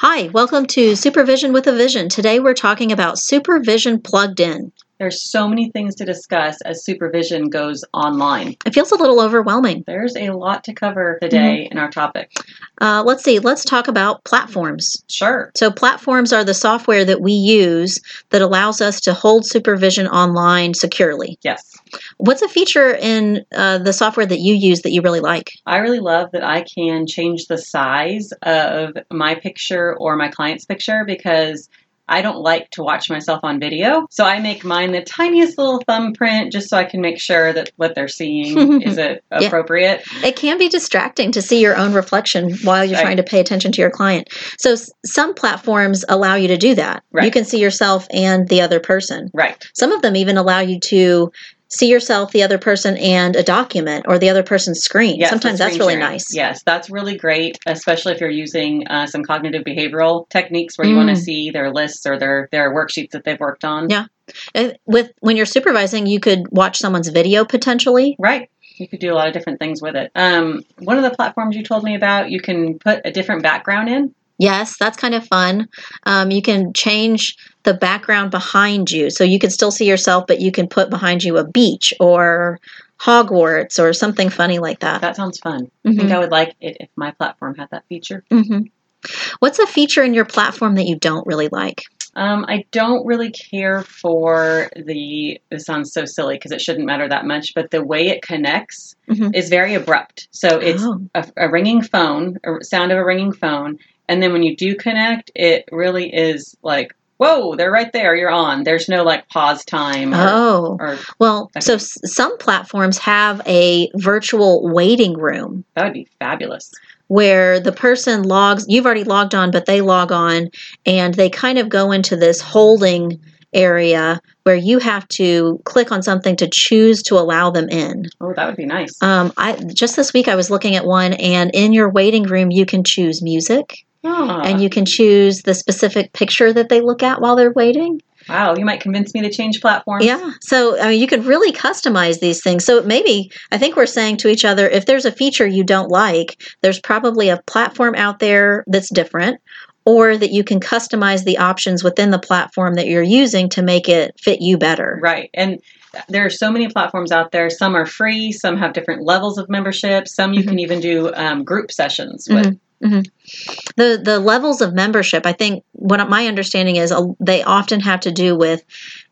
Hi, welcome to Supervision with a Vision. Today we're talking about supervision plugged in. There's so many things to discuss as supervision goes online. It feels a little overwhelming. There's a lot to cover today in our topic. Uh, let's see, let's talk about platforms. Sure. So, platforms are the software that we use that allows us to hold supervision online securely. Yes. What's a feature in uh, the software that you use that you really like? I really love that I can change the size of my picture or my client's picture because I don't like to watch myself on video. So I make mine the tiniest little thumbprint just so I can make sure that what they're seeing is it Yeah. appropriate. It can be distracting to see your own reflection while you're Right. trying to pay attention to your client. So, s- some platforms allow you to do that. You Right. can see yourself and the other person. Right. Some of them even allow you to see yourself, the other person, and a document or the other person's screen. Yes, the Sometimes that's screen really sharing. nice. Yes, that's really great, especially if you're using uh, some cognitive behavioral techniques where you want to Mm. see their lists or their their worksheets that they've worked on. Yeah. And Uh, With when you're supervising, you could watch someone's video potentially. Right. You could do a lot of different things with it. Um, one of the platforms you told me about, you can put a different background in. Yes, that's kind of fun. Um, you can change the background behind you, so you can still see yourself, but you can put behind you a beach or Hogwarts or something funny like that. That sounds fun. I Mhm. think I would like it if my platform had that feature. Mhm. What's a feature in your platform that you don't really like? Um, I don't really care for the. This sounds so silly because it shouldn't matter that much, but the way it connects Mhm. is very abrupt. So it's Oh. a, a ringing phone, a sound of a ringing phone, and then when you do connect, it really is like, whoa, they're right there. You're on. There's no like pause time or, Oh. or Well, Okay. so s- some platforms have a virtual waiting room that would be fabulous. where the person logs, you've already logged on, but they log on and they kind of go into this holding area where you have to click on something to choose to allow them in. Oh, that would be nice. Um, I just this week I was looking at one and in your waiting room you can choose music Ah, Oh, and you can choose the specific picture that they look at while they're waiting. Ah, wow, you might convince me to change platforms. Yeah. So, I mean, you can really customize these things. So, maybe I think we're saying to each other if there's a feature you don't like, there's probably a platform out there that's different, or that you can customize the options within the platform that you're using to make it fit you better. Right. And there are so many platforms out there. Some are free, some have different levels of membership, some Mm-hmm. you can even do um, group sessions with. The, the levels of membership, I think what my understanding is uh, they often have to do with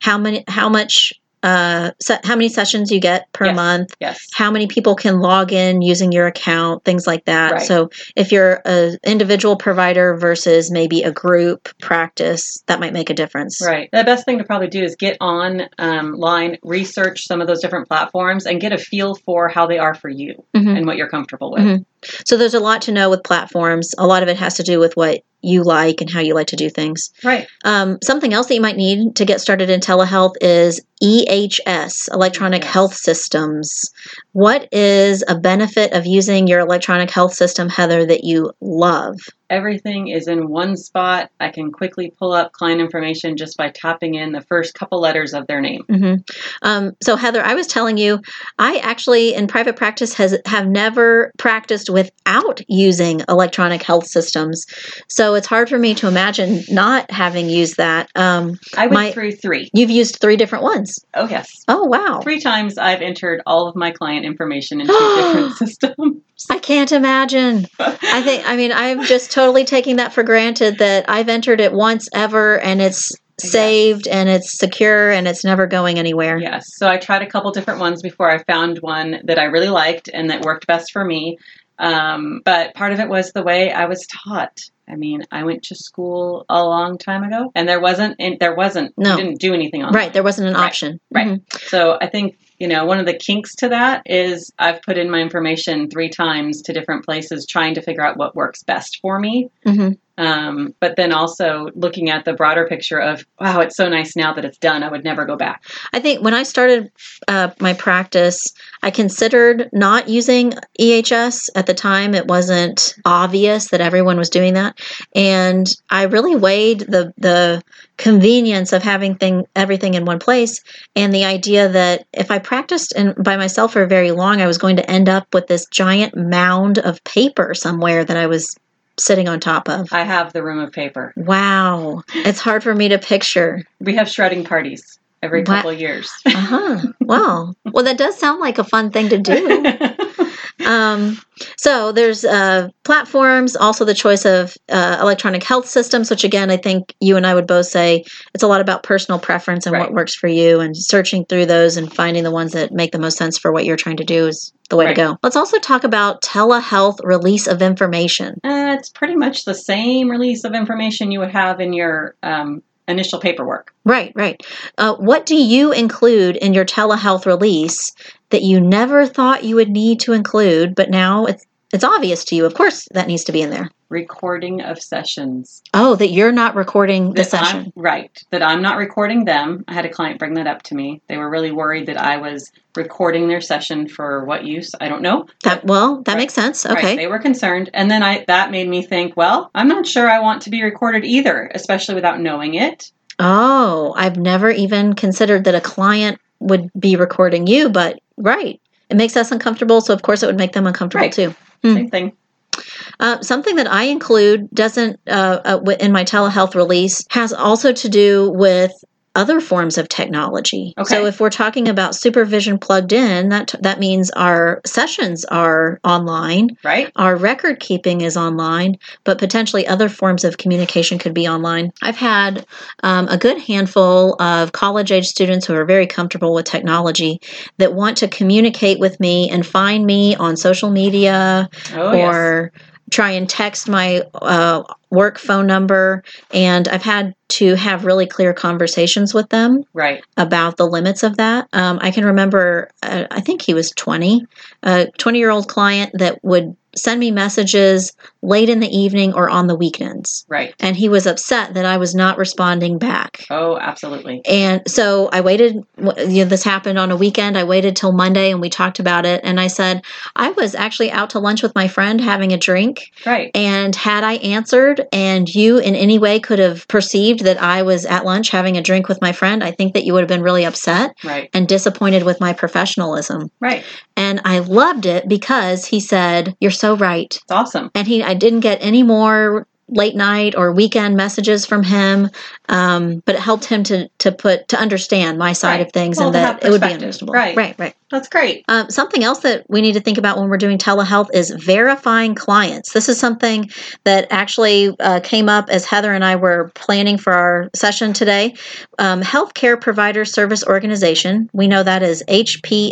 how many, how much, uh, se- how many sessions you get per Yes. month, Yes. how many people can log in using your account things like that Right. so if you're a individual provider versus maybe a group practice that might make a difference Right. The best thing to probably do is get online, um, line, research some of those different platforms, and get a feel for how they are for you Mhm. and what you're comfortable with. Mhm. so there's a lot to know with platforms a lot of it has to do with what you like and how you like to do things Right. um, something else that you might need to get started in telehealth is ehs electronic Yes. health systems what is a benefit of using your electronic health system heather that you love Everything is in one spot. I can quickly pull up client information just by tapping in the first couple letters of their name. hmm Um, so Heather, I was telling you, I actually in private practice has have never practiced without using electronic health systems. So it's hard for me to imagine not having used that. Um, I went My- through three. you've used three different ones. Oh, yes. Oh wow! Three times I've entered all of my client information in two different systems. I can't imagine. I think I mean I'm just totally taking that for granted that I've entered it once ever and it's Yes. saved and it's secure and it's never going anywhere. Yes. So I tried a couple different ones before I found one that I really liked and that worked best for me. Um, but part of it was the way I was taught. I mean, I went to school a long time ago, and there wasn't, and there wasn't, No. we didn't do anything on Right. There wasn't an Right, option. right. Mhm. So I think you know one of the kinks to that is I've put in my information three times to different places, trying to figure out what works best for me. Mhm. Um, but then also looking at the broader picture of wow, it's so nice now that it's done. I would never go back. I think when I started uh, my practice, I considered not using EHS at the time. It wasn't obvious that everyone was doing that, and I really weighed the the convenience of having thing everything in one place and the idea that if I practiced in, by myself for very long, I was going to end up with this giant mound of paper somewhere that I was sitting on top of. I have the room of paper. Wow, it's hard for me to picture. We have shredding parties every What? couple of years. Uh-huh. Wow. Well, that does sound like a fun thing to do. Um, so there's uh, platforms, also the choice of uh, electronic health systems, which again, I think you and I would both say it's a lot about personal preference and what Right. works for you, and searching through those and finding the ones that make the most sense for what you're trying to do is the way Right. to go. Let's also talk about telehealth release of information. Uh, it's pretty much the same release of information you would have in your um, initial paperwork. Right, right. Uh, what do you include in your telehealth release that you never thought you would need to include, but now it's it's obvious to you? Of course, that needs to be in there. Recording of sessions. Oh, that you're not recording the that I'm- session. right. That I'm not recording them. I had a client bring that up to me. They were really worried that I was recording their session for what use? I don't know. That well, that Right. makes sense. Right, Okay, They were concerned. And then I that made me think, well, I'm not sure I want to be recorded either, especially without knowing it. Oh, I've never even considered that a client would be recording you, but right. It makes us uncomfortable, so of course it would make them uncomfortable Right. too. Hmm. Same thing. Uh, something that I include doesn't uh, uh, wi- in my telehealth release has also to do with other forms of technology. Okay. So if we're talking about supervision plugged in, that that means our sessions are online, Right? our record keeping is online, but potentially other forms of communication could be online. I've had um, a good handful of college age students who are very comfortable with technology that want to communicate with me and find me on social media Oh yes. or try and text my uh, work phone number. And I've had to have really clear conversations with them Right. about the limits of that. Um, I can remember, uh, I think he was 20, a 20 year old client that would send me messages late in the evening or on the weekends. Right. And he was upset that I was not responding back. Oh, absolutely. And so I waited. w- You know, this happened on a weekend. I waited till Monday and we talked about it. And I said, I was actually out to lunch with my friend having a drink. Right. And had I answered and you in any way could have perceived that I was at lunch having a drink with my friend, I think that you would have been really upset Right. and disappointed with my professionalism. Right. And I loved it because he said, You're so right. It's awesome. And he, I didn't get any more late night or weekend messages from him um, but it helped him to to put to understand my side Right. of things Well, and to have that it would be perspective. understandable Right. right right That's great. um, something else that we need to think about when we're doing telehealth is verifying clients. This is something that actually uh, came up as Heather and I were planning for our session today. Um, Healthcare Provider Service Organization, we know that is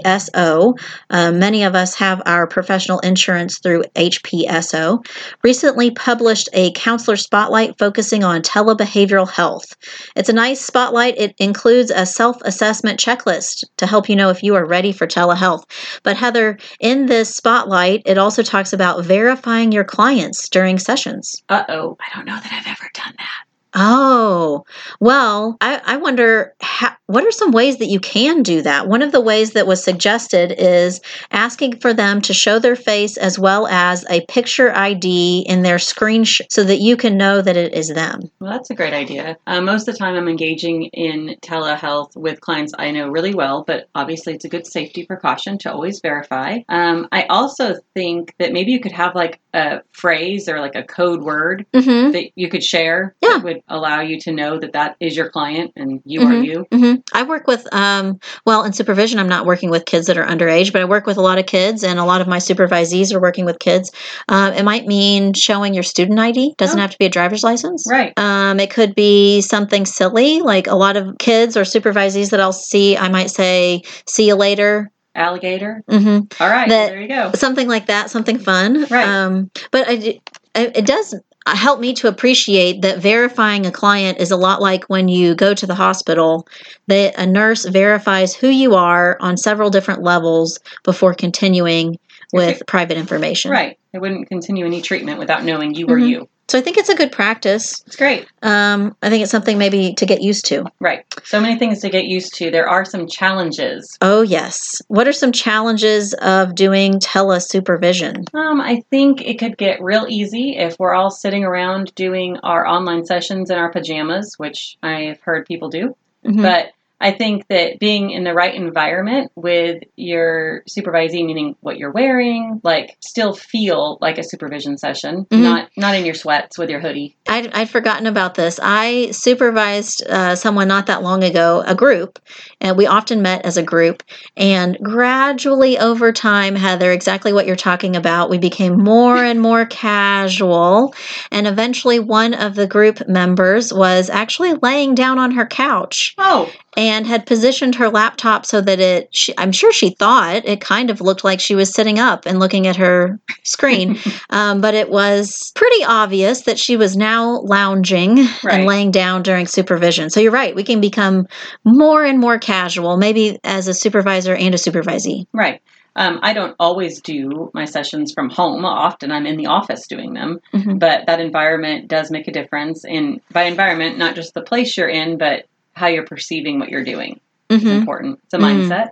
HPSO. Uh, many of us have our professional insurance through HPSO. Recently published a counselor spotlight focusing on telebehavioral health. It's a nice spotlight. It includes a self assessment checklist to help you know if you are ready for telehealth. But Heather, in this spotlight, it also talks about verifying your clients during sessions. Uh oh. I don't know that I've ever done that. Oh, well, I, I wonder how, what are some ways that you can do that? One of the ways that was suggested is asking for them to show their face as well as a picture ID in their screen sh- so that you can know that it is them. Well, that's a great idea. Uh, most of the time, I'm engaging in telehealth with clients I know really well, but obviously, it's a good safety precaution to always verify. Um, I also think that maybe you could have like a phrase or like a code word Mm that you could share Yeah. that would allow you to know that that is your client and you are you. hmm I work with, um, well, in supervision, I'm not working with kids that are underage, but I work with a lot of kids, and a lot of my supervisees are working with kids. Um, it might mean showing your student ID. Doesn't Oh. have to be a driver's license. Right. Um, it could be something silly, like a lot of kids or supervisees that I'll see. I might say, "See you later." Alligator. hmm All right. That- there you go. Something like that. Something fun. Right. Um, but I, do- I- it does. uh, helped me to appreciate that verifying a client is a lot like when you go to the hospital that a nurse verifies who you are on several different levels before continuing with Right. private information Right. They wouldn't continue any treatment without knowing you were Mhm. you. so i think it's a good practice It's great. um, i think it's something maybe to get used to Right. So many things to get used to. There are some challenges. oh yes what are some challenges of doing telesupervision Um, I think it could get real easy if we're all sitting around doing our online sessions in our pajamas, which I've heard people do. Mhm. But I think that being in the right environment with your supervisee, meaning what you're wearing, like still feel like a supervision session, Mhm. not not in your sweats with your hoodie. I'd, I'd forgotten about this. I supervised uh, someone not that long ago, a group, and we often met as a group. And gradually over time, Heather, exactly what you're talking about, we became more and more casual. And eventually, one of the group members was actually laying down on her couch Oh, and had positioned her laptop so that it, she, I'm sure she thought it kind of looked like she was sitting up and looking at her screen um, but it was pretty obvious that she was now lounging and Right. laying down during supervision. So you're right, we can become more and more casual, maybe as a supervisor and a supervisee. right. Um, I don't always do my sessions from home. Often I'm in the office doing them, Mhm. but that environment does make a difference. And by environment, not just the place you're in, but how you're perceiving what you're doing is Mhm. important. It's a Mhm. mindset.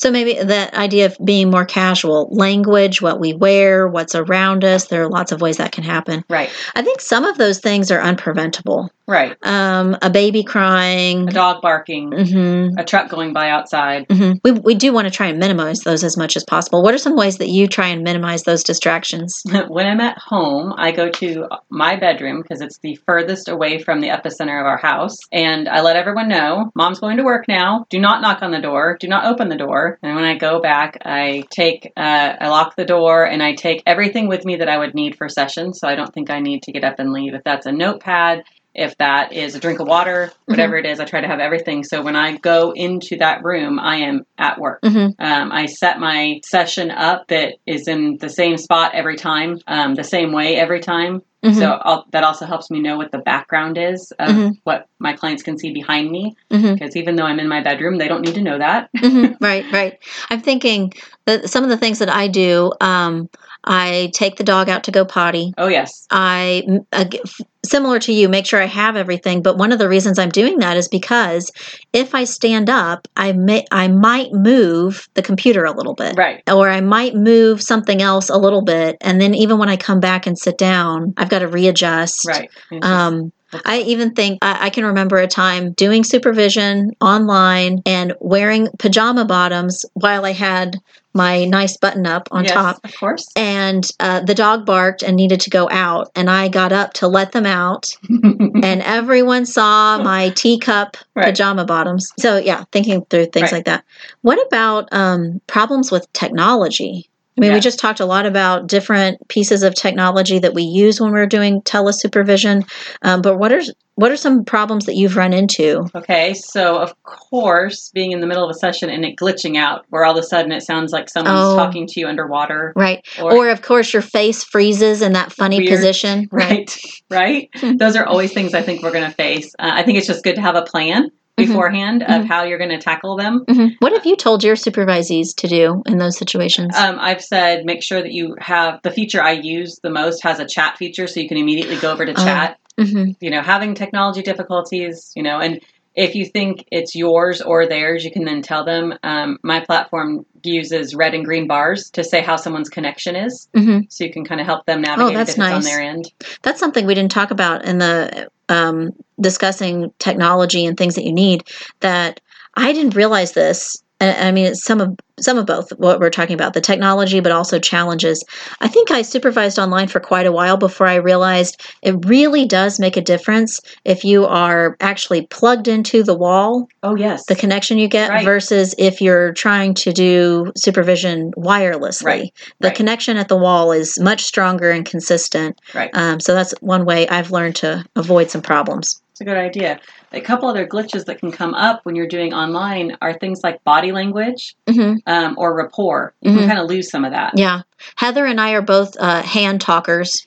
So maybe that idea of being more casual, language, what we wear, what's around us, there are lots of ways that can happen. Right. I think some of those things are unpreventable. Right. Um, a baby crying. A dog barking, hmm a truck going by outside. hmm We, we do want to try and minimize those as much as possible. What are some ways that you try and minimize those distractions? when I'm at home, I go to my bedroom because it's the furthest away from the epicenter of our house. And I let everyone know, mom's going to work now. Do not knock on the door. Do not open the door. And when I go back, I take, uh, I lock the door and I take everything with me that I would need for session. So I don't think I need to get up and leave. If that's a notepad, if that is a drink of water, whatever it is, I try to have everything. So when I go into that room, I am at work. hmm Um, I set my session up that is in the same spot every time, um, the same way every time. Mhm. So I'll, that also helps me know what the background is of Mhm. what my clients can see behind me. Mhm. Because even though I'm in my bedroom, they don't need to know that. Mhm. right, right. I'm thinking that some of the things that I do, um, I take the dog out to go potty. Oh, yes. I, m- ag- f- similar to you, make sure I have everything. But one of the reasons I'm doing that is because if I stand up, I may, I might move the computer a little bit. Right. Or I might move something else a little bit. And then even when I come back and sit down, I've got to readjust. Right. And it's just- Um, I even think I, I can remember a time doing supervision online and wearing pajama bottoms while I had my nice button up on yes, top. Of course. And uh, the dog barked and needed to go out, and I got up to let them out, and everyone saw my teacup Right. pajama bottoms. So yeah, thinking through things Right. like that. What about um, problems with technology? I mean, we Yes. just talked a lot about different pieces of technology that we use when we're doing telesupervision, um, but what are what are some problems that you've run into? Okay, so of course, being in the middle of a session and it glitching out, where all of a sudden it sounds like someone's Oh. talking to you underwater, Right, or of course your face freezes in that funny Weird. position. right right Hmm. those are always things i think we're going to face uh, i think it's just good to have a plan Mhm. beforehand Mhm. of how you're going to tackle them Mhm. What have you told your supervisees to do in those situations? um, i've said make sure that you have the feature i use the most has a chat feature so you can immediately go over to Oh. chat hmm you know having technology difficulties you know and if you think it's yours or theirs you can then tell them um, my platform uses red and green bars to say how someone's connection is hmm so you can kind of help them navigate it Oh, that's if it's on nice. their end That's something we didn't talk about in the um, discussing technology and things that you need. That I didn't realize this. I I mean, it's some of some of both what we're talking about, the technology, but also challenges. I think I supervised online for quite a while before I realized it really does make a difference if you are actually plugged into the wall, oh yes the connection you get, Right. versus if you're trying to do supervision wirelessly. Right. The Right. connection at the wall is much stronger and consistent. right Um, so that's one way I've learned to avoid some problems. It's a good idea. A couple other glitches that can come up when you're doing online are things like body language Mm-hmm. um, or rapport. You Mhm. can kind of lose some of that. Yeah. Heather and I are both uh, hand talkers.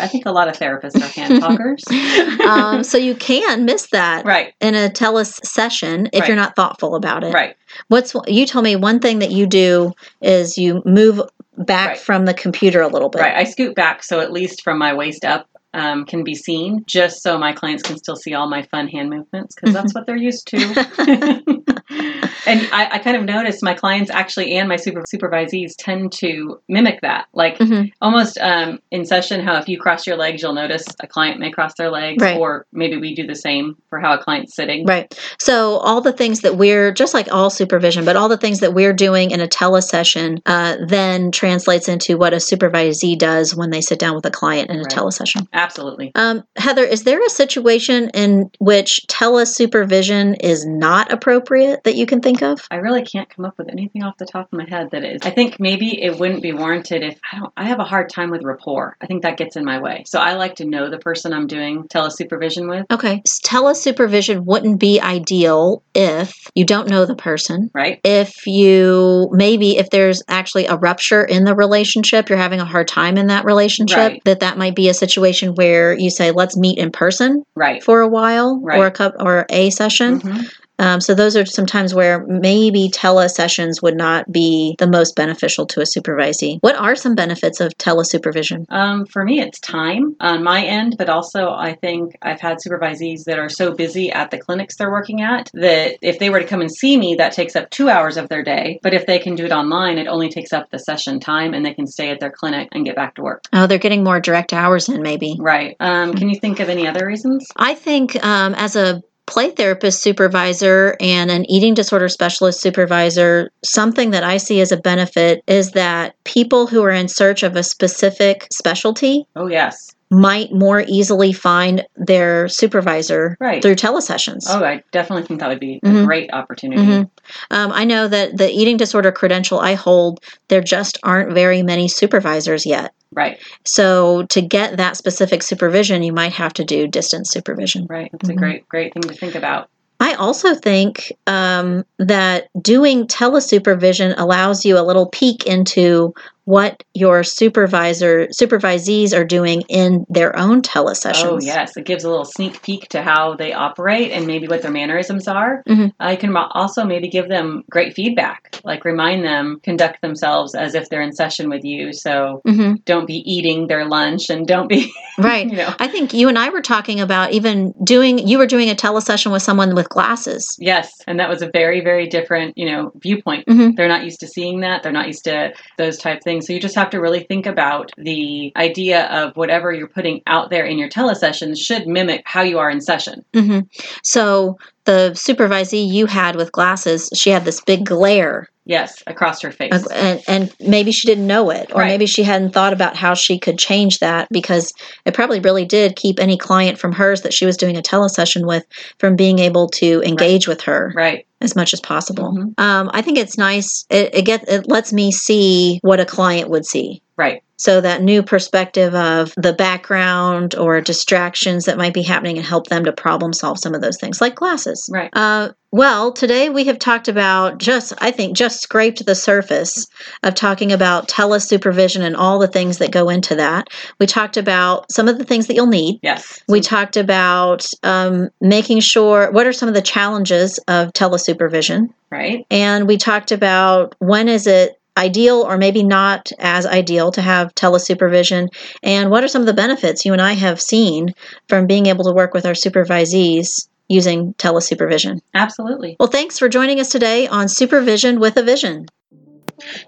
I think a lot of therapists are hand talkers. um, so you can miss that right, in a teles session if Right. you're not thoughtful about it. right. What's you told me one thing that you do is you move back Right. from the computer a little bit. Right. I scoot back so at least from my waist up um, can be seen, just so my clients can still see all my fun hand movements because that's Mm-hmm. what they're used to. and I, I kind of notice my clients actually and my super, supervisees tend to mimic that. Like Mhm. almost um, in session, how if you cross your legs, you'll notice a client may cross their legs, Right. or maybe we do the same for how a client's sitting. Right. So all the things that we're just like all supervision, but all the things that we're doing in a telesession uh, then translates into what a supervisee does when they sit down with a client in a Right. telesession. Absolutely. Um, Heather, is there a situation in which telesupervision is not appropriate that you can think of? I really can't come up with anything off the top of my head that is. I think maybe it wouldn't be warranted if I don't. I have a hard time with rapport. I think that gets in my way. So I like to know the person I'm doing telesupervision with, Okay. S- Telesupervision wouldn't be ideal if you don't know the person. right? If you maybe if there's actually a rupture in the relationship, you're having a hard time in that relationship, Right. that that might be a situation where you say let's meet in person Right. for a while or a Right. cup or a session. Mhm. Um, so those are some times where maybe telesessions would not be the most beneficial to a supervisee. What are some benefits of telesupervision? Um, for me, it's time on my end, but also I think I've had supervisees that are so busy at the clinics they're working at that if they were to come and see me, that takes up two hours of their day. But if they can do it online, it only takes up the session time and they can stay at their clinic and get back to work. Oh, they're getting more direct hours in maybe. Right. Um, can you think of any other reasons? I think um, as a play therapist supervisor and an eating disorder specialist supervisor, something that I see as a benefit is that people who are in search of a specific specialty Oh, yes. might more easily find their supervisor Right. through telesessions. Oh, I definitely think that would be Mhm. a great opportunity. Mhm. Um, I know that the eating disorder credential I hold, there just aren't very many supervisors yet. Right, So, to get that specific supervision, you might have to do distance supervision. right. That's Mhm. a great, great thing to think about. I also think um, that doing telesupervision allows you a little peek into what your supervisor supervisees are doing in their own telesessions. Oh, yes. It gives a little sneak peek to how they operate and maybe what their mannerisms are. Mhm. I can mo- also maybe give them great feedback, like remind them, conduct themselves as if they're in session with you. So hmm don't be eating their lunch and don't be, Right. you know. I think you and I were talking about even doing. You were doing a telesession with someone with glasses. Yes, and that was a very, very different, you know, viewpoint. Mhm. They're not used to seeing that. They're not used to those type things. So you just have to really think about the idea of whatever you're putting out there in your telesessions should mimic how you are in session. hmm So the supervisee you had with glasses, she had this big glare, Yes, across her face. uh, and, and maybe she didn't know it, or Right. maybe she hadn't thought about how she could change that because it probably really did keep any client from hers that she was doing a telesession with from being able to engage with her Right. as much as possible. Mhm. Um, I think it's nice. It, it gets it lets me see what a client would see. Right. So that new perspective of the background or distractions that might be happening and help them to problem solve some of those things, like glasses. Right. Uh, well, today we have talked about just, I think, just scraped the surface of talking about telesupervision and all the things that go into that. We talked about some of the things that you'll need. Yes. We talked about um, making sure what are some of the challenges of telesupervision. right. And we talked about when is it ideal or maybe not as ideal to have telesupervision and what are some of the benefits you and I have seen from being able to work with our supervisees using telesupervision. Absolutely. Well, thanks for joining us today on Supervision with a Vision.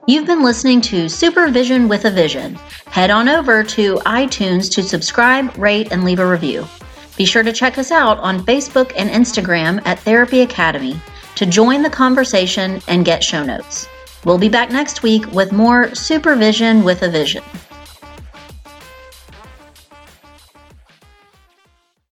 You've been listening to Supervision with a Vision. Head on over to iTunes to subscribe, rate, and leave a review. Be sure to check us out on Facebook and Instagram at Therapy Academy to join the conversation and get show notes. We'll be back next week with more Supervision with a Vision.